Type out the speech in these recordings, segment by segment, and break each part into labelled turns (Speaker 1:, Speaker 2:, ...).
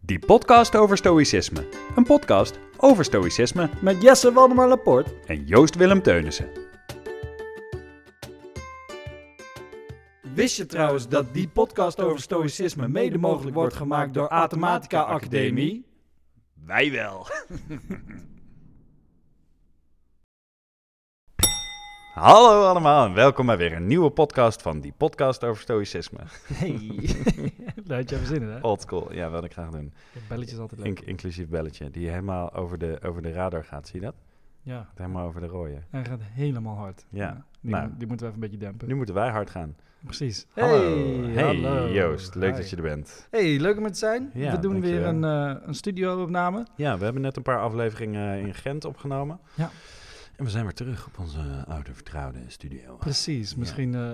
Speaker 1: Die podcast over stoïcisme. Een podcast over stoïcisme
Speaker 2: Met Jesse Waldemar Laporte.
Speaker 1: en Joost Willem Teunissen.
Speaker 2: Wist je trouwens dat die podcast over stoïcisme mede mogelijk wordt gemaakt door Automatica Academie?
Speaker 1: Wij wel. Hallo allemaal en welkom bij weer een nieuwe podcast van die podcast over stoïcisme.
Speaker 3: Hey. Daar had je even zin in, hè?
Speaker 1: Old school, ja, wat ik graag doen.
Speaker 3: Belletjes altijd leuk.
Speaker 1: Inc- inclusief belletje, die helemaal over de, over de radar gaat, zie je dat?
Speaker 3: Ja,
Speaker 1: Helemaal over de rode.
Speaker 3: hij gaat helemaal hard.
Speaker 1: Ja,
Speaker 3: die,
Speaker 1: nou.
Speaker 3: mo- die moeten we even een beetje dempen.
Speaker 1: Nu moeten wij hard gaan.
Speaker 3: Precies.
Speaker 1: Hallo.
Speaker 2: Hey,
Speaker 1: Hey
Speaker 2: hallo.
Speaker 1: Joost, leuk
Speaker 2: Hi.
Speaker 1: dat je er bent.
Speaker 3: Hey, leuk om het te zijn.
Speaker 1: Ja,
Speaker 3: we doen weer
Speaker 1: dankjewel.
Speaker 3: een, eh, een studio-opname.
Speaker 1: Ja, we hebben net een paar afleveringen eh, in Gent opgenomen.
Speaker 3: Ja.
Speaker 1: En we zijn weer terug op onze oude vertrouwde studio.
Speaker 3: Precies. Misschien eh,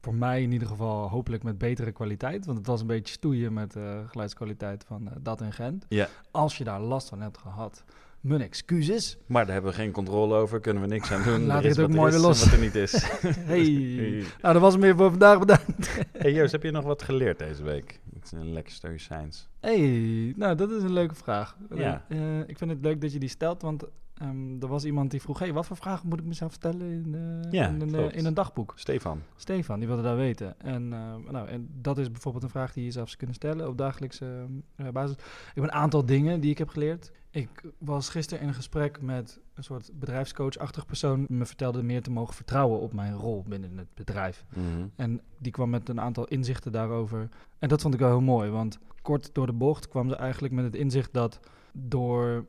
Speaker 3: voor mij in ieder geval hopelijk met betere kwaliteit. Want het was een beetje stoeien met eh geluidskwaliteit van eh, dat in Gent.
Speaker 1: Ja.
Speaker 3: Als je daar last van hebt gehad, mijn excuses.
Speaker 1: Maar daar hebben we geen controle over, kunnen we niks aan doen.
Speaker 3: Laat
Speaker 1: Er is
Speaker 3: dit ook
Speaker 1: wat
Speaker 3: mooi
Speaker 1: er is
Speaker 3: weer los.
Speaker 1: en Wat er niet is.
Speaker 3: Hey. Nou, dat was hem weer voor vandaag. Bedankt.
Speaker 1: Hey Joost, heb je nog wat geleerd deze week? Het is een lekker stoïcijns.
Speaker 3: Hey, nou dat is een leuke vraag.
Speaker 1: Ja.
Speaker 3: Eh, ik vind het leuk dat je die stelt, want ehm, er was iemand die vroeg: hey, wat voor vragen moet ik mezelf stellen in, eh,
Speaker 1: Ja,
Speaker 3: in, een, eh,
Speaker 1: klopt.
Speaker 3: in een dagboek?
Speaker 1: Stefan.
Speaker 3: Stefan, die wilde dat weten. En, eh, nou, en dat is bijvoorbeeld een vraag die je zou kunnen stellen op dagelijkse eh, basis. Ik heb een aantal dingen die ik heb geleerd. Ik was gisteren in een gesprek met een soort bedrijfscoachachtig persoon. Die Me vertelde meer te mogen vertrouwen op mijn rol binnen het bedrijf.
Speaker 1: Mhm.
Speaker 3: En die kwam met een aantal inzichten daarover. En dat vond ik wel heel mooi, want kort door de bocht kwam ze eigenlijk met het inzicht dat door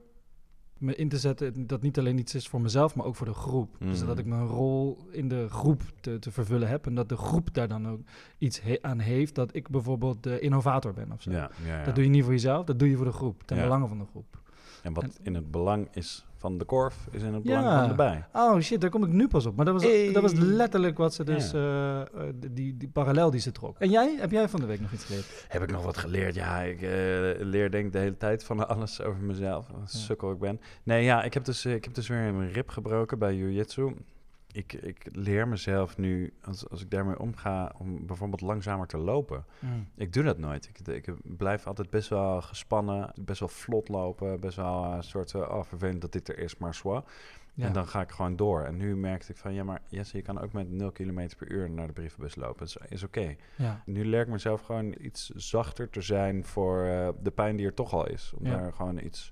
Speaker 3: me in te zetten, dat niet alleen iets is voor mezelf, maar ook voor de groep. Dus
Speaker 1: Mhm.
Speaker 3: dat ik mijn rol in de groep te, te vervullen heb en dat de groep daar dan ook iets he- aan heeft, dat ik bijvoorbeeld de innovator ben of zo.
Speaker 1: Ja, ja, ja.
Speaker 3: Dat doe je niet voor jezelf, dat doe je voor de groep, ten
Speaker 1: Ja.
Speaker 3: belange van de groep.
Speaker 1: En wat in het belang is van de korf, is in het
Speaker 3: Ja.
Speaker 1: belang van de bij.
Speaker 3: Oh shit, daar kom ik nu pas op. Maar dat was,
Speaker 1: Hey.
Speaker 3: dat was letterlijk wat ze dus,
Speaker 1: Ja.
Speaker 3: eh, eh, die, die parallel die ze trok. En jij, heb jij van de week nog iets geleerd?
Speaker 1: Heb ik nog wat geleerd? Ja, ik eh, leer denk ik de hele tijd van alles over mezelf. Wat een
Speaker 3: Ja.
Speaker 1: sukkel ik ben. Nee, ja, ik heb dus, eh, ik heb dus weer een rib gebroken bij jiu-jitsu. Ik, ik leer mezelf nu, als, als ik daarmee omga, om bijvoorbeeld langzamer te lopen. Ik doe dat nooit. Ik, ik blijf altijd best wel gespannen, best wel vlot lopen. Best wel eh, een soort, eh, oh vervelend dat dit er is, maar soit.
Speaker 3: Ja.
Speaker 1: En dan ga ik gewoon door. En nu merkte ik van, ja maar Jesse, je kan ook met 0 km per uur naar de brievenbus lopen. Dat is, is oké.
Speaker 3: Ja,
Speaker 1: Nu leer ik mezelf gewoon iets zachter te zijn voor eh, de pijn die er toch al is. Om
Speaker 3: Ja.
Speaker 1: daar gewoon iets,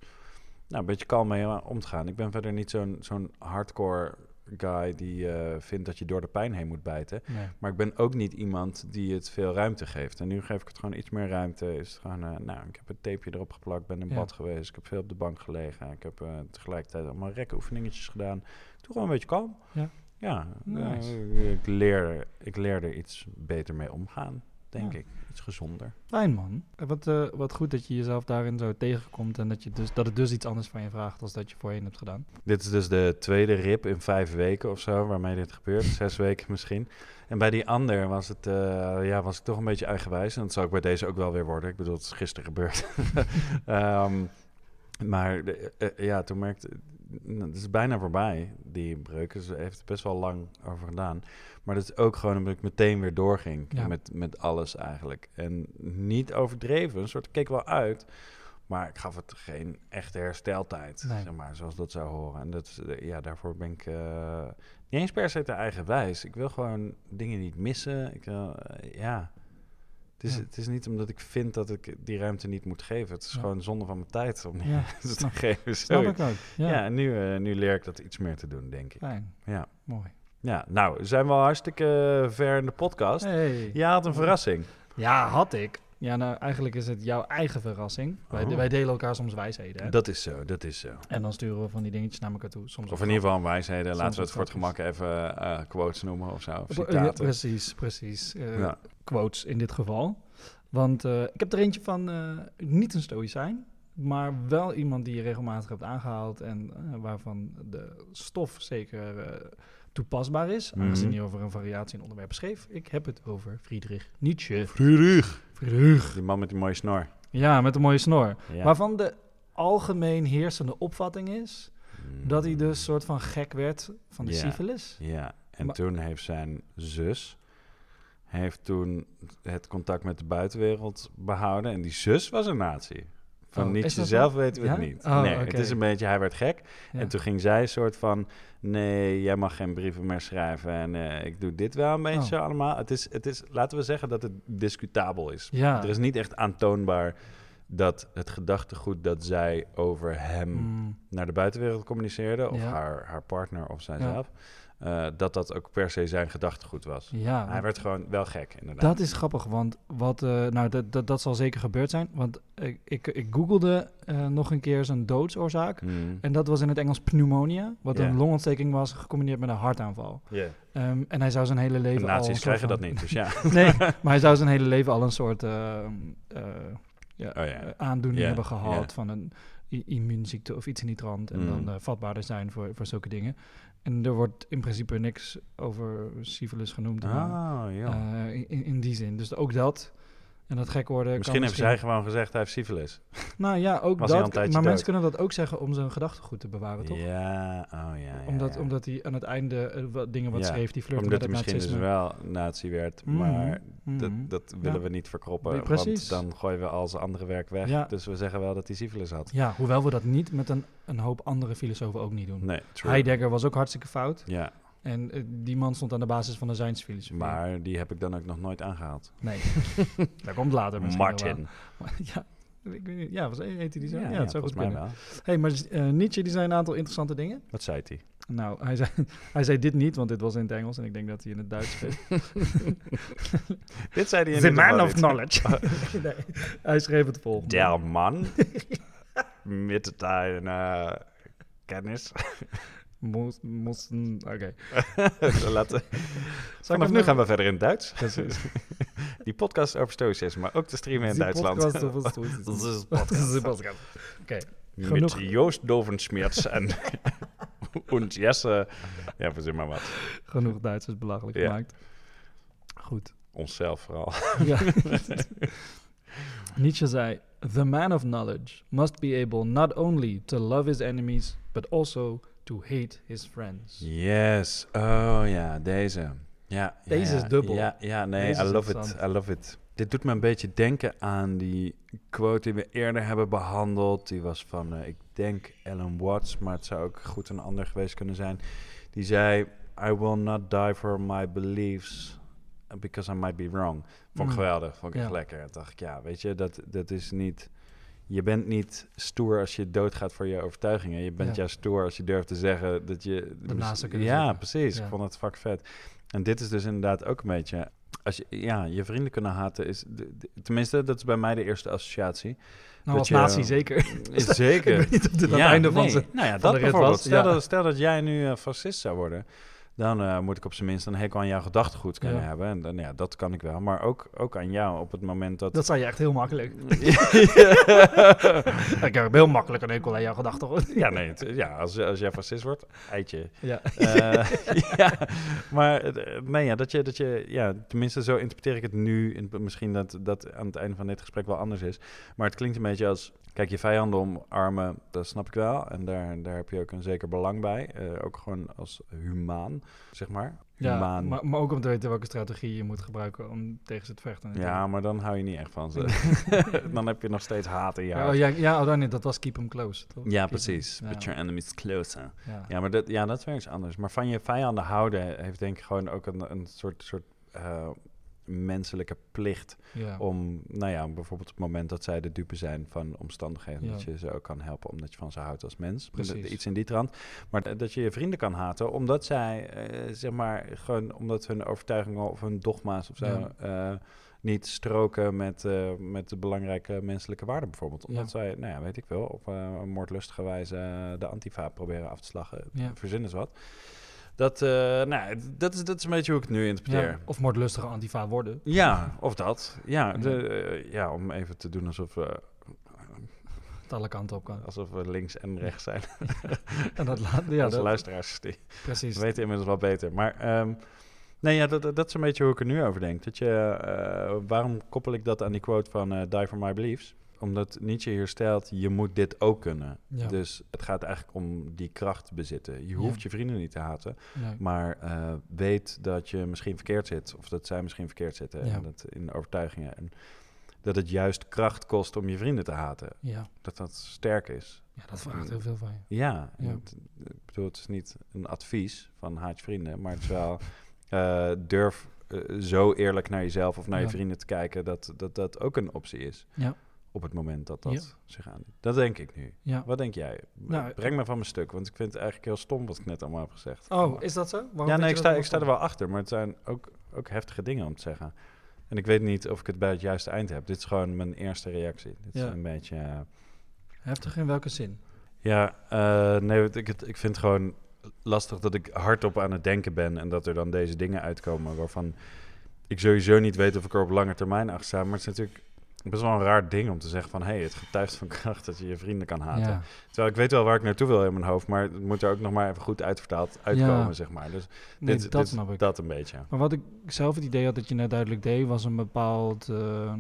Speaker 1: nou, een beetje kalm mee om te gaan. Ik ben verder niet zo'n zo'n hardcore guy die eh, vindt dat je door de pijn heen moet bijten.
Speaker 3: nee.
Speaker 1: Maar ik ben ook niet iemand die het veel ruimte geeft. En nu geef ik het gewoon iets meer ruimte. Is het gewoon, eh, nou, ik heb een tapeje erop geplakt, ben in
Speaker 3: Ja.
Speaker 1: bad geweest. Ik heb veel op de bank gelegen. Ik heb eh, tegelijkertijd allemaal rekkenoefeningetjes gedaan. Ik doe gewoon een beetje kalm.
Speaker 3: Ja.
Speaker 1: Ja,
Speaker 3: Nice.
Speaker 1: eh, ik, leer, ik leer er iets beter mee omgaan, denk
Speaker 3: Ja.
Speaker 1: ik. Iets gezonder.
Speaker 3: Fijn man. Eh, Wat, eh, wat goed dat je jezelf daarin zo tegenkomt en dat, je dus, dat het dus iets anders van je vraagt als dat je voorheen hebt gedaan.
Speaker 1: Dit is dus de tweede rip in vijf weken of zo, waarmee dit gebeurt. Zes weken misschien. En bij die ander was, het, eh, ja, was ik toch een beetje eigenwijs. En dat zou ik bij deze ook wel weer worden. Ik bedoel, het is gisteren gebeurd. Ehm, maar de- eh, eh, ja, toen merkte nou, het is bijna voorbij, die breuk. Dus ze heeft er best wel lang over gedaan. Maar dat is ook gewoon omdat ik meteen weer doorging
Speaker 3: Ja.
Speaker 1: met, met alles eigenlijk. En niet overdreven, een soort ik keek wel uit. Maar ik gaf het geen echte hersteltijd,
Speaker 3: Nee.
Speaker 1: zeg maar, zoals dat zou horen. En dat, is, eh, ja, daarvoor ben ik eh, niet eens per se te eigenwijs. Ik wil gewoon dingen niet missen. Ik, wil, eh, ja. Het is,
Speaker 3: Ja.
Speaker 1: het is niet omdat ik vind dat ik die ruimte niet moet geven. Het is
Speaker 3: Ja.
Speaker 1: gewoon zonde van mijn tijd om die
Speaker 3: Ja,
Speaker 1: ruimte te
Speaker 3: snap-
Speaker 1: geven.
Speaker 3: Snap
Speaker 1: Zoiets.
Speaker 3: ik ook. Ja,
Speaker 1: Ja, en nu, eh, nu leer ik dat iets meer te doen, denk ik.
Speaker 3: fijn.
Speaker 1: Ja.
Speaker 3: Mooi.
Speaker 1: Ja, nou, we zijn wel hartstikke eh, ver in de podcast.
Speaker 3: Hey.
Speaker 1: Je had een verrassing.
Speaker 3: Ja, had ik. Ja, nou eigenlijk is het jouw eigen verrassing. Wij,
Speaker 1: Oh.
Speaker 3: wij delen elkaar soms wijsheden. Hè?
Speaker 1: Dat is zo, dat is zo.
Speaker 3: En dan sturen we van die dingetjes naar elkaar toe. Soms
Speaker 1: Of in ieder geval een wijsheden. Laten
Speaker 3: Soms
Speaker 1: we het voor het
Speaker 3: wat
Speaker 1: gemak even eh, quotes noemen of zo. Of
Speaker 3: Op- ja,
Speaker 1: citaten.
Speaker 3: precies, precies. Eh,
Speaker 1: Ja.
Speaker 3: Quotes in dit geval. Want eh, ik heb er eentje van, eh, niet een stoïcijn, maar wel iemand die je regelmatig hebt aangehaald en eh, waarvan de stof zeker eh, toepasbaar is. Aangezien
Speaker 1: Mhm.
Speaker 3: hij over een variatie in onderwerpen schreef. Ik heb het over Friedrich Nietzsche.
Speaker 1: Friedrich.
Speaker 3: Friedrich.
Speaker 1: Die man met die mooie snor.
Speaker 3: Ja, met een mooie snor.
Speaker 1: Ja.
Speaker 3: Waarvan de algemeen heersende opvatting is
Speaker 1: Mm.
Speaker 3: dat hij dus soort van gek werd van de
Speaker 1: Ja.
Speaker 3: syfilis.
Speaker 1: Ja, en
Speaker 3: Maar-
Speaker 1: toen heeft zijn zus heeft toen het contact met de buitenwereld behouden. En die zus was een nazi. Van
Speaker 3: Oh, is
Speaker 1: Nietzsche
Speaker 3: dat
Speaker 1: zelf weten we
Speaker 3: Ja?
Speaker 1: het niet.
Speaker 3: Oh,
Speaker 1: nee, het
Speaker 3: oké.
Speaker 1: is een beetje, hij werd gek.
Speaker 3: Ja.
Speaker 1: En toen ging zij een soort van, nee, jij mag geen brieven meer schrijven. En eh, ik doe dit wel een beetje
Speaker 3: Oh.
Speaker 1: zo allemaal. Het is, het is, laten we zeggen dat het discutabel is.
Speaker 3: Ja.
Speaker 1: Er is niet echt aantoonbaar dat het gedachtegoed dat zij over hem
Speaker 3: Mm,
Speaker 1: naar de buitenwereld communiceerde, of
Speaker 3: Ja.
Speaker 1: haar, haar partner of
Speaker 3: Ja.
Speaker 1: zijzelf, eh, dat dat ook per se zijn gedachtegoed was.
Speaker 3: ja.
Speaker 1: Hij werd gewoon wel gek, inderdaad.
Speaker 3: Dat is grappig, want wat, eh, nou, dat, dat, dat zal zeker gebeurd zijn. Want ik, ik, ik googelde eh, nog een keer zijn doodsoorzaak.
Speaker 1: Mm.
Speaker 3: En dat was in het Engels pneumonia, wat
Speaker 1: Ja.
Speaker 3: een longontsteking was gecombineerd met een hartaanval. Ehm, en hij zou zijn hele
Speaker 1: De
Speaker 3: leven al... een
Speaker 1: nazi's
Speaker 3: soort
Speaker 1: krijgen dat
Speaker 3: van-
Speaker 1: niet, dus ja.
Speaker 3: Nee, maar hij zou zijn hele leven al een soort eh, eh, ja,
Speaker 1: Oh ja.
Speaker 3: eh, aandoening
Speaker 1: Ja,
Speaker 3: hebben gehad
Speaker 1: ja.
Speaker 3: van een i- immuunziekte of iets in die trant. En
Speaker 1: Mm.
Speaker 3: dan eh, vatbaarder zijn voor, voor zulke dingen. En er wordt in principe niks over syfilis genoemd. maar-
Speaker 1: Oh, joh.
Speaker 3: eh, in, in die zin. Dus ook dat. En dat gek worden.
Speaker 1: misschien
Speaker 3: kan
Speaker 1: hebben zij gewoon gezegd, hij heeft syfilis.
Speaker 3: Nou ja, ook
Speaker 1: Was hij al een
Speaker 3: dat. Maar
Speaker 1: tijdje
Speaker 3: mensen
Speaker 1: dood?
Speaker 3: kunnen dat ook zeggen om zijn gedachtegoed te bewaren, toch?
Speaker 1: Ja, oh ja, ja,
Speaker 3: omdat,
Speaker 1: ja.
Speaker 3: omdat hij aan het einde eh, wat dingen wat
Speaker 1: Ja,
Speaker 3: schreef, die flirten
Speaker 1: Omdat
Speaker 3: met
Speaker 1: hij
Speaker 3: het
Speaker 1: misschien
Speaker 3: nazisme.
Speaker 1: dus wel nazi werd,
Speaker 3: Mhm,
Speaker 1: maar dat,
Speaker 3: mhm.
Speaker 1: dat willen
Speaker 3: Ja.
Speaker 1: we niet verkroppen,
Speaker 3: Nee,
Speaker 1: want
Speaker 3: precies.
Speaker 1: dan gooien we al zijn andere werk weg.
Speaker 3: Ja.
Speaker 1: Dus we zeggen dus wel dat hij syfilis had.
Speaker 3: Ja, hoewel we dat niet met een, een hoop andere filosofen ook niet doen.
Speaker 1: Nee, true.
Speaker 3: Heidegger was ook hartstikke fout.
Speaker 1: Ja,
Speaker 3: En eh, die man stond aan de basis van de zijnsfilosofie.
Speaker 1: maar die heb ik dan ook nog nooit aangehaald.
Speaker 3: Nee, dat komt later misschien wel
Speaker 1: Martin.
Speaker 3: aan. ja, ik weet niet. Ja, was, heet hij die zo? Ja,
Speaker 1: ja,
Speaker 3: het zou
Speaker 1: volgens
Speaker 3: goed
Speaker 1: mij
Speaker 3: kunnen.
Speaker 1: wel.
Speaker 3: hey, maar eh, Nietzsche die zei een aantal interessante dingen.
Speaker 1: Wat zei hij?
Speaker 3: Nou, hij zei, hij zei dit niet, want dit was in het Engels en ik denk dat hij in het Duits schreef.
Speaker 1: Dit zei hij in
Speaker 3: The
Speaker 1: ieder geval
Speaker 3: man of
Speaker 1: niet.
Speaker 3: knowledge. nee, hij schreef het volgende.
Speaker 1: Der man met zijn eh, kennis.
Speaker 3: Moest, moesten, oké.
Speaker 1: Laten.
Speaker 3: Zal ik
Speaker 1: Vanaf
Speaker 3: hem
Speaker 1: nu
Speaker 3: nog-
Speaker 1: gaan we verder in het Duits.
Speaker 3: Precies.
Speaker 1: Die podcast over stoïcisme, maar ook te streamen in
Speaker 3: Die
Speaker 1: Duitsland.
Speaker 3: podcast over stoïcisme.
Speaker 1: Dat is een
Speaker 3: Dat is
Speaker 1: podcast.
Speaker 3: een podcast. Oké.
Speaker 1: Met
Speaker 3: Genoeg.
Speaker 1: Joost Dovensmeerts en, en Jesse. Ja, verzin maar wat.
Speaker 3: Genoeg Duitsers belachelijk
Speaker 1: Ja.
Speaker 3: gemaakt. Goed.
Speaker 1: Onszelf vooral.
Speaker 3: Ja. Nietzsche zei: The man of knowledge must be able not only to love his enemies, but also to hate his friends.
Speaker 1: Yes. Oh ja, deze. Ja, ja,
Speaker 3: Deze is
Speaker 1: ja.
Speaker 3: dubbel.
Speaker 1: Ja, ja nee,
Speaker 3: Deze
Speaker 1: I
Speaker 3: is
Speaker 1: love it. I
Speaker 3: interessant.
Speaker 1: love it. Dit doet me een beetje denken aan die quote die we eerder hebben behandeld. Die was van, eh, ik denk Alan Watts, maar het zou ook goed een ander geweest kunnen zijn. Die zei, I will not die for my beliefs because I might be wrong. Vond ik
Speaker 3: Mm.
Speaker 1: geweldig, vond ik echt
Speaker 3: Ja.
Speaker 1: lekker. Toen dacht ik, ja, weet je, dat, dat is niet... Je bent niet stoer als je doodgaat voor je overtuigingen. Je bent
Speaker 3: Ja.
Speaker 1: juist stoer als je durft te zeggen dat je...
Speaker 3: Daarnaast zou kunnen
Speaker 1: ja,
Speaker 3: zeggen.
Speaker 1: precies.
Speaker 3: Ja.
Speaker 1: Ik vond het vak vet. En dit is dus inderdaad ook een beetje... Als je, ja, je vrienden kunnen haten is... de- de- tenminste, dat is bij mij de eerste associatie.
Speaker 3: Nou, als
Speaker 1: je-
Speaker 3: nazi zeker.
Speaker 1: Is zeker.
Speaker 3: Ik weet niet of dit aan
Speaker 1: Ja,
Speaker 3: het einde van
Speaker 1: nee.
Speaker 3: zijn.
Speaker 1: Nou ja,
Speaker 3: de
Speaker 1: dat
Speaker 3: rit
Speaker 1: bijvoorbeeld.
Speaker 3: was,
Speaker 1: Stel,
Speaker 3: ja.
Speaker 1: dat, stel dat jij nu eh, fascist zou worden... Dan eh, moet ik op zijn minst een hekel aan jouw gedachtegoed kunnen
Speaker 3: Ja.
Speaker 1: hebben. En dan, ja, dat kan ik wel. Maar ook, ook aan jou op het moment dat...
Speaker 3: Dat zei je echt heel makkelijk.
Speaker 1: Ja.
Speaker 3: Ik heb heel makkelijk een hekel aan jouw gedachten. hoor.
Speaker 1: Ja, nee, het- ja, als, als jij fascist wordt, eitje.
Speaker 3: Ja.
Speaker 1: Eh, ja, maar eh, nee, ja, dat je, dat je, ja, tenminste zo interpreteer ik het nu. En Misschien dat dat aan het einde van dit gesprek wel anders is. Maar het klinkt een beetje als, kijk, je vijanden omarmen, dat snap ik wel. En daar, daar heb je ook een zeker belang bij. Eh, ook gewoon als humaan, zeg maar.
Speaker 3: Ja,
Speaker 1: Humaan. Ja, maar,
Speaker 3: maar, maar ook om te weten welke strategie je moet gebruiken om tegen ze te vechten.
Speaker 1: dan hou je niet echt van ze. dan heb je nog steeds haat in je
Speaker 3: Ja,
Speaker 1: hart.
Speaker 3: oh, ja, ja oh, dan nee, dat was keep them close. toch? Keep
Speaker 1: Ja,
Speaker 3: 'em-
Speaker 1: precies.
Speaker 3: ja.
Speaker 1: But your enemies closer.
Speaker 3: Ja.
Speaker 1: Ja, maar dat, ja, dat is weer iets anders. Maar van je vijanden houden heeft denk ik gewoon ook een, een soort, soort eh, menselijke plicht
Speaker 3: Ja.
Speaker 1: om, nou ja, bijvoorbeeld op het moment dat zij de dupe zijn van omstandigheden,
Speaker 3: Ja.
Speaker 1: dat je ze ook kan helpen omdat je van ze houdt als mens.
Speaker 3: Precies.
Speaker 1: D- Iets in die trant. Maar d- dat je je vrienden kan haten omdat zij, eh, zeg maar, gewoon omdat hun overtuigingen of hun dogma's of zo
Speaker 3: Ja.
Speaker 1: eh, niet stroken met, eh, met de belangrijke menselijke waarden bijvoorbeeld. Omdat
Speaker 3: Ja.
Speaker 1: zij, nou ja, weet ik wel, op eh, een moordlustige wijze eh, de antifa proberen af te slagen.
Speaker 3: Ja.
Speaker 1: Verzin eens wat. Dat, eh, nou, d- dat, is, dat is een beetje hoe ik het nu interpreteer.
Speaker 3: Ja, Of moordlustige antifa worden.
Speaker 1: Ja, of dat. Ja,
Speaker 3: Ja.
Speaker 1: de, eh, ja om even te doen alsof we,
Speaker 3: Het alle kanten op kan.
Speaker 1: alsof we links en rechts zijn.
Speaker 3: En dat laat, ja,
Speaker 1: Onze
Speaker 3: dat,
Speaker 1: luisteraars die
Speaker 3: precies.
Speaker 1: weten inmiddels wel beter. Maar ehm, nee, ja, dat, dat- dat is een beetje hoe ik er nu over denk. Dat je, eh, waarom koppel ik dat aan die quote van eh, Die for my beliefs? omdat Nietzsche hier stelt, je moet dit ook kunnen.
Speaker 3: Ja.
Speaker 1: Dus het gaat eigenlijk om die kracht bezitten. Je hoeft
Speaker 3: Ja.
Speaker 1: je vrienden niet te haten,
Speaker 3: Nee.
Speaker 1: maar eh, weet dat je misschien verkeerd zit. Of dat zij misschien verkeerd zitten
Speaker 3: Ja.
Speaker 1: en dat in overtuigingen. En dat het juist kracht kost om je vrienden te haten.
Speaker 3: ja.
Speaker 1: Dat dat sterk is.
Speaker 3: ja, dat
Speaker 1: Hmm.
Speaker 3: vraagt heel veel van je.
Speaker 1: Ja, en
Speaker 3: Ja.
Speaker 1: het- ik bedoel, het is niet een advies van haat je vrienden, maar het is wel eh, durf eh, zo eerlijk naar jezelf of naar je
Speaker 3: Ja.
Speaker 1: vrienden te kijken dat, dat dat ook een optie is.
Speaker 3: Ja.
Speaker 1: Op het moment dat dat zich aandient. Dat denk ik nu.
Speaker 3: Ja.
Speaker 1: Wat denk jij?
Speaker 3: Nou,
Speaker 1: Breng me van mijn stuk, want ik vind het eigenlijk heel stom wat ik net allemaal heb gezegd.
Speaker 3: Oh, is dat zo? Waarom
Speaker 1: ja,
Speaker 3: vind
Speaker 1: nee,
Speaker 3: je
Speaker 1: ik
Speaker 3: dat
Speaker 1: sta,
Speaker 3: allemaal
Speaker 1: ik sta er
Speaker 3: stom?
Speaker 1: wel achter, maar het zijn ook, ook heftige dingen om te zeggen. En ik weet niet of ik het bij het juiste eind heb. Dit is gewoon mijn eerste reactie. Dit
Speaker 3: Ja.
Speaker 1: is een beetje... eh,
Speaker 3: Heftig in welke zin?
Speaker 1: ja, eh, nee, want ik, het- ik vind het gewoon lastig dat ik hardop aan het denken ben en dat er dan deze dingen uitkomen waarvan ik sowieso niet weet of ik er op lange termijn achter sta. Maar het is natuurlijk best wel een raar ding om te zeggen van hé, hey, het getuigt van kracht dat je je vrienden kan haten.
Speaker 3: Ja.
Speaker 1: Terwijl ik weet wel waar ik naartoe wil in mijn hoofd, maar het moet er ook nog maar even goed uitvertaald uitkomen,
Speaker 3: Ja.
Speaker 1: zeg maar. Dus
Speaker 3: Nee,
Speaker 1: dit,
Speaker 3: dat
Speaker 1: dit-
Speaker 3: snap ik.
Speaker 1: dat een beetje.
Speaker 3: Maar wat ik zelf het idee had dat je net duidelijk deed, was een bepaald. eh,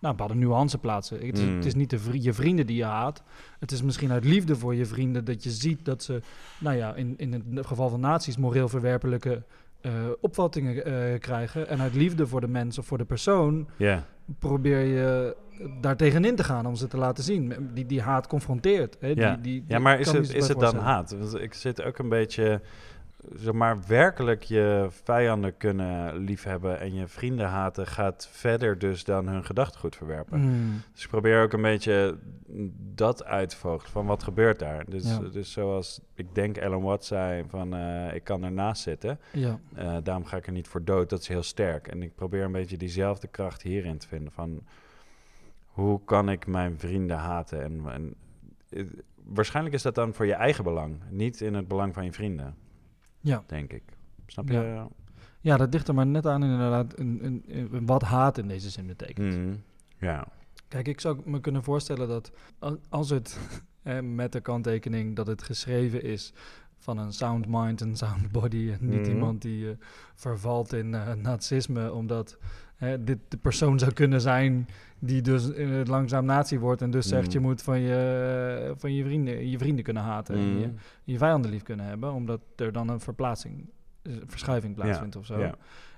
Speaker 3: nou, bepaalde nuance plaatsen. Het is,
Speaker 1: Mm.
Speaker 3: het is niet de vri- je vrienden die je haat. Het is misschien uit liefde voor je vrienden dat je ziet dat ze, nou ja, in, in het geval van nazi's, moreel verwerpelijke eh, opvattingen eh, krijgen. En uit liefde voor de mens of voor de persoon
Speaker 1: Ja,
Speaker 3: probeer je daar tegenin te gaan om ze te laten zien. Die, die haat confronteert. Hè? Die, die, die
Speaker 1: ja maar is
Speaker 3: kan
Speaker 1: het,
Speaker 3: iets
Speaker 1: is
Speaker 3: bij
Speaker 1: het dan
Speaker 3: voorstellen.
Speaker 1: haat? Want ik zit ook een beetje, zeg maar, werkelijk je vijanden kunnen liefhebben en je vrienden haten gaat verder dus dan hun gedachtegoed verwerpen.
Speaker 3: Mm.
Speaker 1: Dus ik probeer ook een beetje dat uit te volgen, van wat gebeurt daar? Dus,
Speaker 3: Ja.
Speaker 1: dus zoals ik denk Ellen Watt zei, van eh, ik kan ernaast zitten,
Speaker 3: Ja.
Speaker 1: eh, daarom ga ik er niet voor dood, dat is heel sterk. En ik probeer een beetje diezelfde kracht hierin te vinden, van hoe kan ik mijn vrienden haten? En, en eh, waarschijnlijk is dat dan voor je eigen belang, niet in het belang van je vrienden.
Speaker 3: Ja.
Speaker 1: Denk ik. Snap je?
Speaker 3: Ja. ja, dat dicht er maar net aan inderdaad een, een, een- wat haat in deze zin betekent.
Speaker 1: Mhm. Ja.
Speaker 3: Kijk, ik zou me kunnen voorstellen dat al- als het hè, met de kanttekening dat het geschreven is van een sound mind en sound body en niet
Speaker 1: Mhm.
Speaker 3: iemand die eh, vervalt in eh, nazisme omdat hè, dit de persoon zou kunnen zijn die dus eh, langzaam nazi wordt en dus zegt
Speaker 1: Mhm.
Speaker 3: je moet van je, van je, vrienden, je vrienden kunnen haten en je,
Speaker 1: Mhm.
Speaker 3: je vijanden lief kunnen hebben omdat er dan een verplaatsing, eh, verschuiving plaatsvindt of zo
Speaker 1: Ja.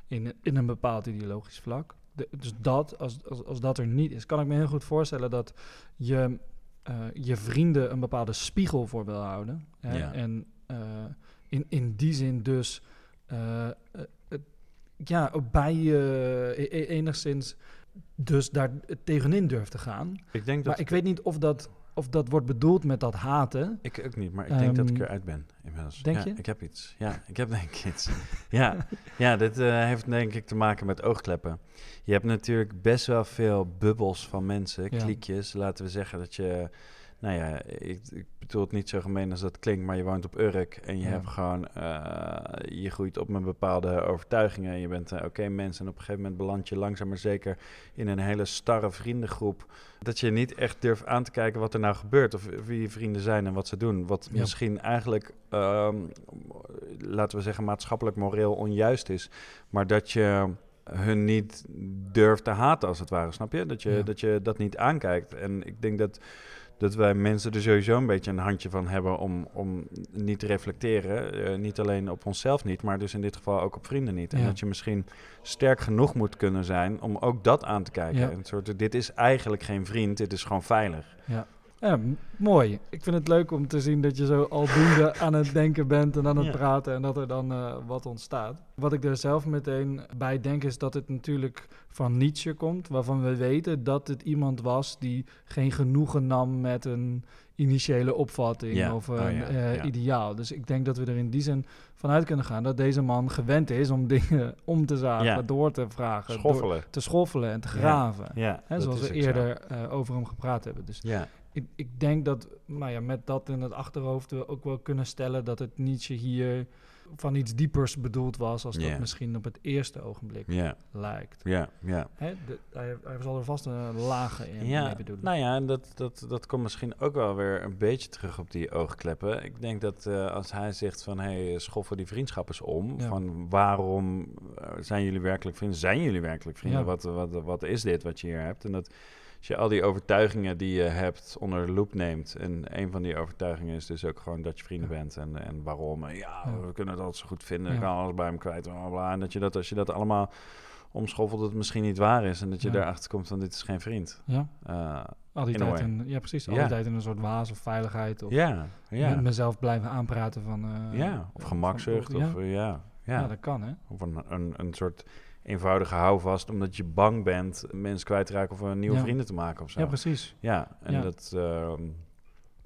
Speaker 3: in, in een bepaald ideologisch vlak. De- dus dat, als, als, als dat er niet is, kan ik me heel goed voorstellen dat je eh, je vrienden een bepaalde spiegel voor wil houden. Hè?
Speaker 1: Ja.
Speaker 3: En eh, in, in die zin dus eh, eh, het- ja, ook bij je e- e- enigszins dus daar tegenin durft te gaan.
Speaker 1: Ik denk dat
Speaker 3: maar ik weet niet of dat, of dat wordt bedoeld met dat haten.
Speaker 1: Ik ook niet, maar ik denk dat ik
Speaker 3: Ehm,
Speaker 1: eruit ben inmiddels.
Speaker 3: denk
Speaker 1: ja,
Speaker 3: je?
Speaker 1: Ik heb iets. Ja, ik heb denk ik iets. ja, ja, dit eh, heeft denk ik te maken met oogkleppen. Je hebt natuurlijk best wel veel bubbels van mensen,
Speaker 3: Ja.
Speaker 1: kliekjes. Laten we zeggen dat je... Nou ja, ik, ik bedoel het niet zo gemeen als dat klinkt, maar je woont op Urk en je
Speaker 3: Ja.
Speaker 1: hebt gewoon... eh, je groeit op met bepaalde overtuigingen. Je bent een oké mens en op een gegeven moment beland je langzaam maar zeker in een hele starre vriendengroep dat je niet echt durft aan te kijken wat er nou gebeurt. Of wie je vrienden zijn en wat ze doen. Wat
Speaker 3: Ja.
Speaker 1: misschien eigenlijk, ehm, laten we zeggen, maatschappelijk moreel onjuist is. Maar dat je hun niet durft te haten, als het ware. Snap je? Dat je,
Speaker 3: Ja.
Speaker 1: dat, je dat niet aankijkt. En ik denk dat. Dat wij mensen er sowieso een beetje een handje van hebben om, om niet te reflecteren. Eh, niet alleen op onszelf niet, maar dus in dit geval ook op vrienden niet. En
Speaker 3: Ja.
Speaker 1: dat je misschien sterk genoeg moet kunnen zijn om ook dat aan te kijken.
Speaker 3: Ja.
Speaker 1: Een soort, dit is eigenlijk geen vriend, dit is gewoon veilig.
Speaker 3: Ja, m- mooi. Ik vind het leuk om te zien dat je zo aldoende aan het denken bent en aan het
Speaker 1: Ja.
Speaker 3: praten en dat er dan eh, wat ontstaat. Wat ik er zelf meteen bij denk is dat het natuurlijk van Nietzsche komt, waarvan we weten dat het iemand was die geen genoegen nam met een initiële opvatting
Speaker 1: Ja.
Speaker 3: of een
Speaker 1: Oh ja,
Speaker 3: eh,
Speaker 1: ja.
Speaker 3: ideaal. Dus ik denk dat we er in die zin vanuit kunnen gaan dat deze man gewend is om dingen om te zagen,
Speaker 1: Ja.
Speaker 3: door te vragen, door
Speaker 1: Schoffelen.
Speaker 3: te schoffelen en te
Speaker 1: Ja.
Speaker 3: graven.
Speaker 1: Ja,
Speaker 3: Hè,
Speaker 1: dat
Speaker 3: zoals
Speaker 1: is
Speaker 3: we
Speaker 1: ook zo.
Speaker 3: eerder eh, over hem gepraat hebben. Dus
Speaker 1: Ja,
Speaker 3: ik, ik denk dat, nou ja, met dat in het achterhoofd we ook wel kunnen stellen dat het Nietzsche hier van iets diepers bedoeld was, als
Speaker 1: Ja.
Speaker 3: dat misschien op het eerste ogenblik
Speaker 1: ja,
Speaker 3: lijkt.
Speaker 1: ja, ja.
Speaker 3: Hè? De- hij, hij zal er vast een lage in eh, mee
Speaker 1: ja.
Speaker 3: bedoelen.
Speaker 1: Nou ja, en dat, dat, dat komt misschien ook wel weer een beetje terug op die oogkleppen. Ik denk dat eh, als hij zegt van, hé, hey, schoffel die vriendschap eens om.
Speaker 3: Ja.
Speaker 1: Van, waarom eh, zijn jullie werkelijk vrienden? Zijn jullie werkelijk vrienden?
Speaker 3: Ja.
Speaker 1: Wat, wat, wat is dit wat je hier hebt? En dat Als je al die overtuigingen die je hebt onder de loep neemt. En een van die overtuigingen is dus ook gewoon dat je vrienden
Speaker 3: Ja.
Speaker 1: bent. En, en waarom. En ja,
Speaker 3: Ja.
Speaker 1: we kunnen het altijd zo goed vinden.
Speaker 3: Ja.
Speaker 1: Ik kan alles bij hem kwijt. Bla, bla, bla. En dat je dat, als je dat allemaal omschoffelt, dat het misschien niet waar is. En dat je
Speaker 3: Ja.
Speaker 1: daarachter komt van dit is geen vriend.
Speaker 3: Ja,
Speaker 1: Eh,
Speaker 3: al die
Speaker 1: In a
Speaker 3: tijd
Speaker 1: way.
Speaker 3: in, ja, precies. Al
Speaker 1: Ja.
Speaker 3: die tijd in een soort waas of veiligheid. Of
Speaker 1: ja, ja.
Speaker 3: met mezelf blijven aanpraten van... eh,
Speaker 1: ja, of
Speaker 3: van-
Speaker 1: gemakzucht.
Speaker 3: van-
Speaker 1: Of,
Speaker 3: ja.
Speaker 1: eh, ja, ja.
Speaker 3: Ja. dat kan, hè?
Speaker 1: Of een, een, een soort eenvoudige houvast, omdat je bang bent mensen kwijt te raken of een nieuwe
Speaker 3: Ja.
Speaker 1: vrienden te maken of zo.
Speaker 3: Ja,
Speaker 1: Ja,
Speaker 3: precies.
Speaker 1: en
Speaker 3: Ja.
Speaker 1: Dat, ehm,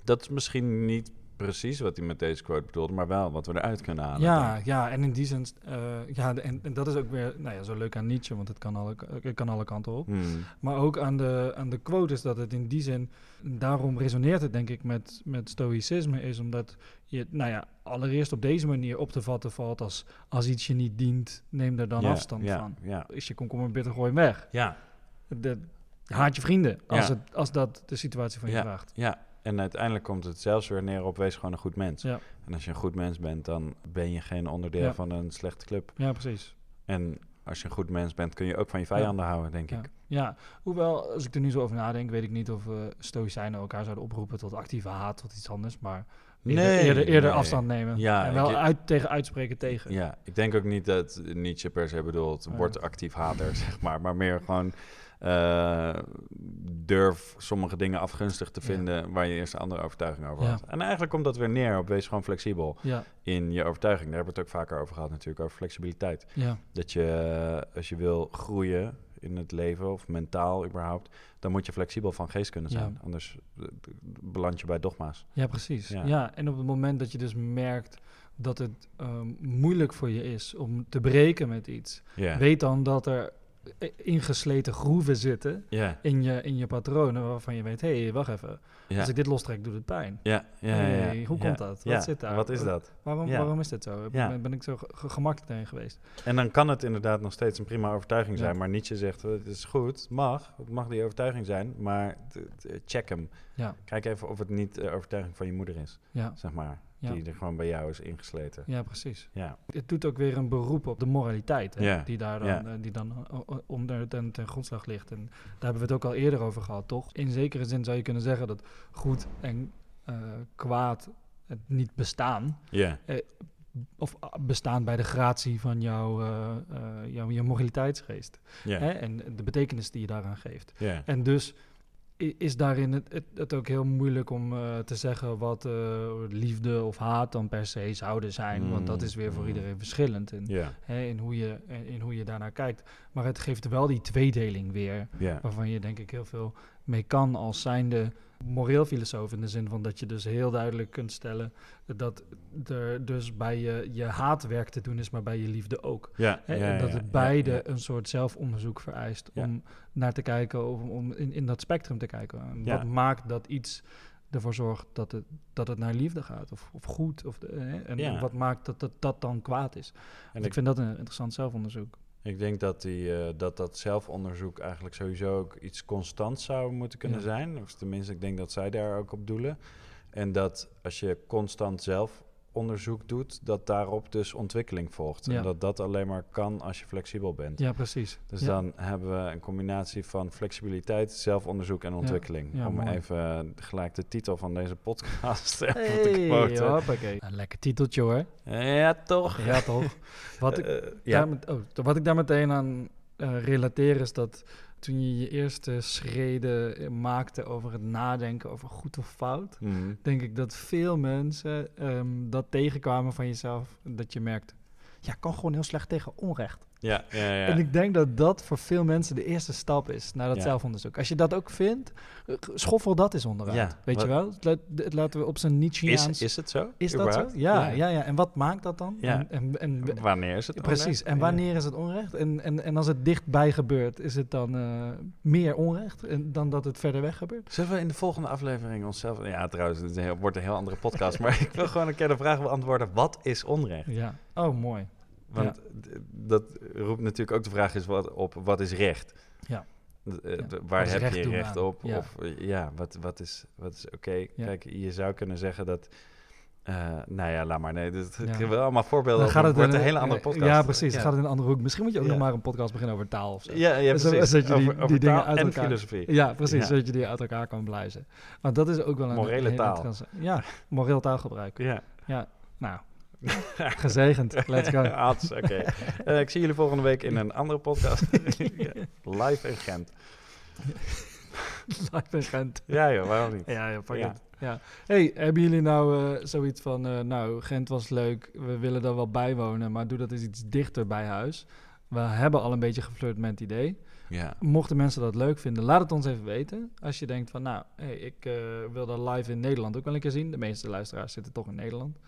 Speaker 1: dat is misschien niet precies wat hij met deze quote bedoelde, maar wel wat we eruit kunnen halen.
Speaker 3: Ja, ja, en in die zin... eh, ja, de- en, en dat is ook weer nou ja, zo leuk aan Nietzsche, want het kan alle, het kan alle kanten op.
Speaker 1: Hmm.
Speaker 3: Maar ook aan de, aan de quote is dat het in die zin, daarom resoneert het denk ik met, met stoïcisme, is omdat je, nou ja, allereerst op deze manier op te vatten valt als, als iets je niet dient, neem er dan
Speaker 1: Ja,
Speaker 3: afstand
Speaker 1: ja,
Speaker 3: van.
Speaker 1: Ja,
Speaker 3: Is je komkommer bitter, gooi hem weg.
Speaker 1: ja,
Speaker 3: De, haat je vrienden, als,
Speaker 1: Ja.
Speaker 3: het, als dat de situatie van je vraagt.
Speaker 1: ja. En uiteindelijk komt het zelfs weer neer op wees gewoon een goed mens.
Speaker 3: Ja.
Speaker 1: En als je een goed mens bent, dan ben je geen onderdeel
Speaker 3: Ja.
Speaker 1: van een slechte club.
Speaker 3: Ja, precies.
Speaker 1: En als je een goed mens bent, kun je ook van je vijanden houden, denk
Speaker 3: Ja.
Speaker 1: ik.
Speaker 3: ja, hoewel, als ik er nu zo over nadenk, weet ik niet of eh stoïcijnen elkaar zouden oproepen tot actieve haat, tot iets anders, maar eerder, eerder, eerder
Speaker 1: nee.
Speaker 3: afstand nemen.
Speaker 1: Ja,
Speaker 3: en wel
Speaker 1: ik-
Speaker 3: uit, tegen uitspreken tegen.
Speaker 1: Ja, ik denk ook niet dat Nietzsche per se bedoelt,
Speaker 3: Ja.
Speaker 1: wordt actief hater, zeg maar. Maar meer gewoon eh, durf sommige dingen afgunstig te
Speaker 3: Ja.
Speaker 1: vinden waar je eerst een andere overtuiging over
Speaker 3: Ja.
Speaker 1: had. En eigenlijk komt dat weer neer op wees gewoon flexibel
Speaker 3: Ja,
Speaker 1: in je overtuiging. Daar hebben we het ook vaker over gehad natuurlijk, over flexibiliteit.
Speaker 3: ja.
Speaker 1: Dat je, eh, als je wil groeien in het leven of mentaal überhaupt, dan moet je flexibel van geest kunnen
Speaker 3: Ja.
Speaker 1: zijn. Anders eh, beland je bij dogma's.
Speaker 3: Ja, precies. Ja.
Speaker 1: Ja.
Speaker 3: en op het moment dat je dus merkt dat het ehm, moeilijk voor je is om te breken met iets,
Speaker 1: Ja,
Speaker 3: weet dan dat er i- ingesleten groeven zitten
Speaker 1: ja,
Speaker 3: in je, in je patronen waarvan je weet, hé, hey, wacht even,
Speaker 1: ja.
Speaker 3: als ik dit lostrek, doet het pijn.
Speaker 1: Ja, ja, ja, ja.
Speaker 3: Hey, hoe
Speaker 1: Ja.
Speaker 3: komt dat? Wat
Speaker 1: Ja,
Speaker 3: zit daar?
Speaker 1: Wat is dat?
Speaker 3: Waarom,
Speaker 1: Ja.
Speaker 3: waarom is dit zo? Op
Speaker 1: Ja.
Speaker 3: Ben, ben ik zo ge- ge- gemakkelijk tegen geweest?
Speaker 1: En dan kan het inderdaad nog steeds een prima overtuiging
Speaker 3: Ja.
Speaker 1: zijn. Maar Nietzsche zegt, eh, het is goed, het mag, het mag die overtuiging zijn, maar t- t- check hem.
Speaker 3: Ja.
Speaker 1: Kijk even of het niet de overtuiging van je moeder is,
Speaker 3: Ja,
Speaker 1: zeg maar.
Speaker 3: Ja.
Speaker 1: Die er gewoon bij jou is ingesleten.
Speaker 3: ja precies.
Speaker 1: Ja,
Speaker 3: Het doet ook weer een beroep op de moraliteit hè,
Speaker 1: Ja,
Speaker 3: die daar dan,
Speaker 1: ja.
Speaker 3: eh, die dan o- o- onder ten, ten grondslag ligt. En daar hebben we het ook al eerder over gehad, toch? In zekere zin zou je kunnen zeggen dat goed en eh, kwaad het niet bestaan.
Speaker 1: ja,
Speaker 3: Of ah, bestaan bij de gratie van jouw, eh, eh, jouw, jouw moraliteitsgeest.
Speaker 1: ja,
Speaker 3: Hè? En de betekenis die je daaraan geeft.
Speaker 1: ja.
Speaker 3: En dus i- is daarin het, het, het ook heel moeilijk om eh, te zeggen wat eh, liefde of haat dan per se zouden zijn. Want dat
Speaker 1: Mm,
Speaker 3: is weer voor
Speaker 1: mm.
Speaker 3: iedereen verschillend in,
Speaker 1: Ja,
Speaker 3: hè, in, hoe je, eh, in hoe je daarnaar kijkt. Maar het geeft wel die tweedeling weer,
Speaker 1: ja,
Speaker 3: waarvan je denk ik heel veel mee kan als zijnde moreel filosoof. In de zin van dat je dus heel duidelijk kunt stellen dat er dus bij je, je haat werk te doen is, maar bij je liefde ook.
Speaker 1: ja.
Speaker 3: Hè,
Speaker 1: ja,
Speaker 3: en dat
Speaker 1: ja, ja,
Speaker 3: het beide
Speaker 1: ja.
Speaker 3: een soort zelfonderzoek vereist
Speaker 1: Ja.
Speaker 3: om naar te kijken of om in, in dat spectrum te kijken. En
Speaker 1: Ja.
Speaker 3: Wat maakt dat iets ervoor zorgt dat het, dat het naar liefde gaat of, of goed? Of, de- hè, en
Speaker 1: Ja.
Speaker 3: wat maakt dat, dat dat dan kwaad is?
Speaker 1: En
Speaker 3: ik,
Speaker 1: ik-
Speaker 3: vind dat een interessant zelfonderzoek.
Speaker 1: Ik denk dat, die, eh, dat dat zelfonderzoek eigenlijk sowieso ook iets constants zou moeten kunnen
Speaker 3: Ja.
Speaker 1: zijn. Of tenminste, ik denk dat zij daar ook op doelen. En dat als je constant zelfonderzoek doet, dat daarop dus ontwikkeling volgt.
Speaker 3: Ja.
Speaker 1: En dat dat alleen maar kan als je flexibel bent.
Speaker 3: Ja, precies.
Speaker 1: Dus
Speaker 3: Ja.
Speaker 1: dan hebben we een combinatie van flexibiliteit, zelfonderzoek en ontwikkeling.
Speaker 3: ja,
Speaker 1: Om
Speaker 3: mooi.
Speaker 1: even eh, gelijk de titel van deze podcast even te
Speaker 3: Hey,
Speaker 1: quoten.
Speaker 3: hoppakee. Een lekker titeltje hoor.
Speaker 1: Ja, toch?
Speaker 3: Ja toch? wat, ik
Speaker 1: Eh,
Speaker 3: daar
Speaker 1: ja.
Speaker 3: met- oh, t- wat ik daar meteen aan eh, relateer is dat toen je je eerste schreden eh, maakte over het nadenken over goed of fout,
Speaker 1: Mhm.
Speaker 3: denk ik dat veel mensen ehm, dat tegenkwamen van jezelf. Dat je merkt, ja, ik kan gewoon heel slecht tegen onrecht.
Speaker 1: ja, ja, ja.
Speaker 3: En ik denk dat dat voor veel mensen de eerste stap is naar dat
Speaker 1: Ja.
Speaker 3: zelfonderzoek. Als je dat ook vindt, eh, schoffel dat eens onderuit.
Speaker 1: Ja,
Speaker 3: Weet
Speaker 1: wat-
Speaker 3: je wel? Het, laat- het laten we op zijn Nietzscheaans...
Speaker 1: Is, is het zo?
Speaker 3: is dat zo?
Speaker 1: Überhaupt?
Speaker 3: Ja, ja. Ja, En wat maakt dat dan?
Speaker 1: Ja.
Speaker 3: En, en, en-
Speaker 1: W- Wanneer is het?
Speaker 3: ja,
Speaker 1: onrecht?
Speaker 3: precies. En wanneer is het onrecht? En, en, en als het dichtbij gebeurt, is het dan eh, meer onrecht en- dan dat het verder weg gebeurt?
Speaker 1: Ja. Zullen we in de volgende aflevering onszelf... Ja, trouwens, het is een heel- wordt een heel andere podcast. maar ik wil gewoon een keer de vraag beantwoorden. Wat is onrecht?
Speaker 3: Ja. Oh, mooi.
Speaker 1: Want d- dat roept natuurlijk ook de vraag is wat, op. Wat is recht?
Speaker 3: Ja.
Speaker 1: D- eh,
Speaker 3: Ja.
Speaker 1: d-
Speaker 3: Wat
Speaker 1: Waar
Speaker 3: is
Speaker 1: heb
Speaker 3: recht
Speaker 1: je
Speaker 3: doen
Speaker 1: recht
Speaker 3: aan?
Speaker 1: op?
Speaker 3: Ja.
Speaker 1: Of eh, ja, wat, wat is, wat is oké?
Speaker 3: Ja.
Speaker 1: Kijk, je zou kunnen zeggen dat... eh, Eh, nou ja, laat maar. Nee, dit,
Speaker 3: Ja.
Speaker 1: Ik heb wel allemaal voorbeelden. Dan
Speaker 3: het
Speaker 1: wordt
Speaker 3: in
Speaker 1: een hele andere podcast. eh,
Speaker 3: Ja, precies.
Speaker 1: Ja,
Speaker 3: Dan gaat het in een andere hoek. Misschien moet je ook
Speaker 1: Ja.
Speaker 3: nog maar een podcast beginnen over taal of zo.
Speaker 1: ja, ja,
Speaker 3: Dus dan-
Speaker 1: precies.
Speaker 3: zodat je die-
Speaker 1: over, over
Speaker 3: die dingen
Speaker 1: taal
Speaker 3: uit
Speaker 1: en
Speaker 3: elkaar-
Speaker 1: filosofie.
Speaker 3: Ja, precies.
Speaker 1: Ja.
Speaker 3: Zodat je die uit elkaar kan blazen. Maar dat is ook wel een...
Speaker 1: Morele
Speaker 3: heel
Speaker 1: taal.
Speaker 3: interessant- Ja, moreel taalgebruik.
Speaker 1: Ja.
Speaker 3: Nou, gezegend. Let's go.
Speaker 1: Ads, oké. Eh, ik zie jullie volgende week in een andere podcast. Ja. Live in Gent.
Speaker 3: Ik ben Gent.
Speaker 1: Ja joh, waarom niet?
Speaker 3: Ja, ja, pak
Speaker 1: Ja.
Speaker 3: het. Ja. Hey, hebben jullie nou eh, zoiets van... eh, nou, Gent was leuk. We willen daar wel bijwonen. Maar doe dat eens iets dichter bij huis. We hebben al een beetje geflirt met het idee.
Speaker 1: Ja.
Speaker 3: Mochten mensen dat leuk vinden, laat het ons even weten. Als je denkt van, nou, hey, ik eh, wil dat live in Nederland ook wel een keer zien. De meeste luisteraars zitten toch in Nederland.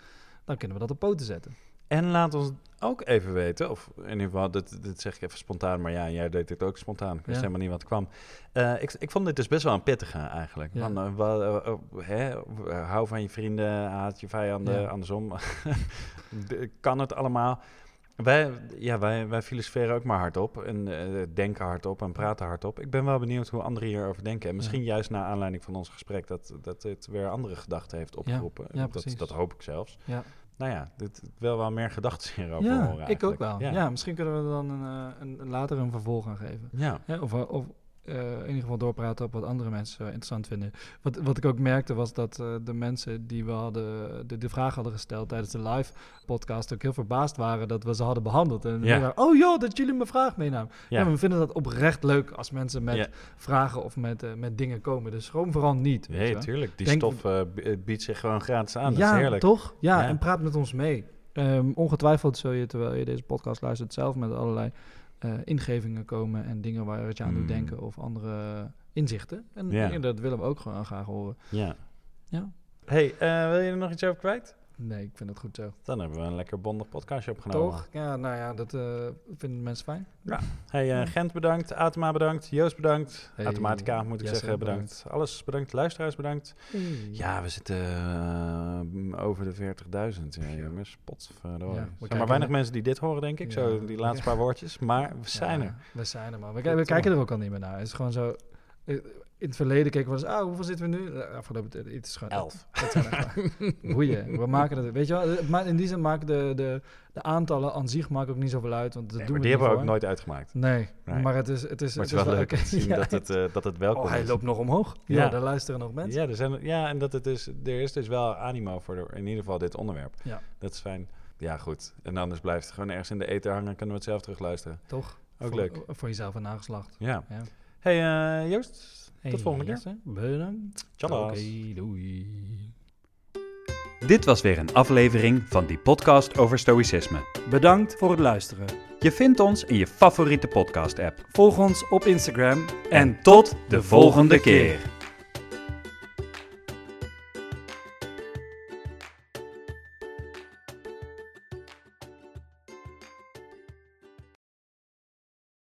Speaker 3: Dan kunnen we dat op poten zetten.
Speaker 1: En laat ons ook even weten, of in ieder geval, dat, dat zeg ik even spontaan, maar ja, jij deed dit ook spontaan. Ik wist
Speaker 3: Ja.
Speaker 1: helemaal niet wat kwam. Eh, ik, ik vond dit dus best wel een pittige eigenlijk.
Speaker 3: Ja.
Speaker 1: Van, eh, wa- eh, eh, hè, eh, hou van je vrienden, haat je vijanden,
Speaker 3: Ja.
Speaker 1: andersom. De- kan het allemaal. Wij, ja, wij, wij filosoferen ook maar hardop en eh, denken hardop en praten hardop. Ik ben wel benieuwd hoe anderen hierover denken. En misschien juist naar aanleiding van ons gesprek dat, dat dit weer andere gedachten heeft opgeroepen.
Speaker 3: ja,
Speaker 1: dat,
Speaker 3: precies.
Speaker 1: dat hoop ik zelfs.
Speaker 3: Ja,
Speaker 1: Nou ja, dit, wel wel meer gedachten hierover
Speaker 3: ja
Speaker 1: horen
Speaker 3: ik ook
Speaker 1: eigenlijk.
Speaker 3: wel. Ja.
Speaker 1: Ja.
Speaker 3: misschien kunnen we dan een, eh, een, een later een vervolg aan geven.
Speaker 1: Ja.
Speaker 3: Hè, of of eh, in ieder geval doorpraten op wat andere mensen eh, interessant vinden. Wat, wat ik ook merkte was dat eh, de mensen die we hadden, de, de vraag hadden gesteld tijdens de live podcast ook heel verbaasd waren dat we ze hadden behandeld. En
Speaker 1: Ja.
Speaker 3: die waren, oh joh, dat jullie mijn vraag meenamen. Ja.
Speaker 1: Ja.
Speaker 3: maar we vinden dat oprecht leuk als mensen met
Speaker 1: Ja.
Speaker 3: vragen of met, eh, met dingen komen. Dus schroom vooral niet. weet je
Speaker 1: Nee,
Speaker 3: wel.
Speaker 1: tuurlijk. Die
Speaker 3: Denk-
Speaker 1: stof eh, b- eh, biedt zich gewoon gratis aan. Dat
Speaker 3: ja,
Speaker 1: is heerlijk.
Speaker 3: toch? Ja,
Speaker 1: Ja.
Speaker 3: en praat met ons mee. Ehm, ongetwijfeld zul je, terwijl je deze podcast luistert, zelf met allerlei eh, ingevingen komen en dingen waar het je aan doet
Speaker 1: Mm.
Speaker 3: denken of andere inzichten. En
Speaker 1: Ja.
Speaker 3: ja, dat willen we ook gewoon graag horen.
Speaker 1: Ja.
Speaker 3: Ja.
Speaker 1: hey, eh, wil je er nog iets over kwijt?
Speaker 3: Nee, ik vind het goed zo.
Speaker 1: Dan hebben we een lekker bondig podcastje opgenomen.
Speaker 3: Toch? Ja, nou ja, dat eh, vinden mensen fijn.
Speaker 1: Hey, eh, Gent bedankt, Atema bedankt, Joost bedankt,
Speaker 3: Hey,
Speaker 1: Automatica moet ik
Speaker 3: Jesse,
Speaker 1: zeggen bedankt. Alles bedankt, luisteraars bedankt. Ja, we zitten eh, over de 40.000, ja, jongens.
Speaker 3: Ja, we
Speaker 1: Potverdorie. Er zijn maar
Speaker 3: kijken-
Speaker 1: weinig mensen die dit horen, denk ik,
Speaker 3: Ja.
Speaker 1: zo die laatste paar woordjes. Maar we zijn
Speaker 3: Ja,
Speaker 1: er.
Speaker 3: We zijn er, man. We,
Speaker 1: Goed,
Speaker 3: we
Speaker 1: toch?
Speaker 3: kijken er ook al niet meer naar. Het is gewoon zo... eh, In het verleden keken we eens, ah, hoeveel zitten we nu? Eh, Afgelopen tijd, het is gewoon...
Speaker 1: Elf.
Speaker 3: Dat is gewoon echt waar. Boeien. We maken dat, weet je wel, het ma- in die zin maken de, de, de aantallen aan zich maken ook niet zoveel uit, want dat
Speaker 1: Nee,
Speaker 3: doen
Speaker 1: maar
Speaker 3: we
Speaker 1: die hebben we ook
Speaker 3: niet voor.
Speaker 1: nooit uitgemaakt.
Speaker 3: Nee,
Speaker 1: Nee.
Speaker 3: maar het is, het is,
Speaker 1: Maar het is wel leuk om
Speaker 3: oké.
Speaker 1: te zien
Speaker 3: Ja,
Speaker 1: dat, het, eh, dat het welkom
Speaker 3: Oh, hij
Speaker 1: is.
Speaker 3: loopt nog omhoog. Ja,
Speaker 1: Ja.
Speaker 3: daar luisteren nog mensen.
Speaker 1: Ja, er zijn, ja, en dat het is, er is dus wel animo voor de- in ieder geval dit onderwerp.
Speaker 3: Ja.
Speaker 1: Dat is fijn. Ja, goed. En anders blijft het gewoon ergens in de eten hangen. Kunnen we het zelf terugluisteren.
Speaker 3: Toch?
Speaker 1: Ook
Speaker 3: voor,
Speaker 1: leuk.
Speaker 3: Voor jezelf een nageslacht.
Speaker 1: Ja.
Speaker 3: Ja.
Speaker 1: Hey eh, Joost, tot volgende keer.
Speaker 3: Jesse, Bedankt.
Speaker 1: Tjallas.
Speaker 3: Oké, doei.
Speaker 2: Dit was weer een aflevering van die podcast over stoïcisme.
Speaker 4: Bedankt voor het luisteren.
Speaker 2: Je vindt ons in je favoriete podcast-app.
Speaker 4: Volg ons op Instagram
Speaker 2: En tot de volgende keer.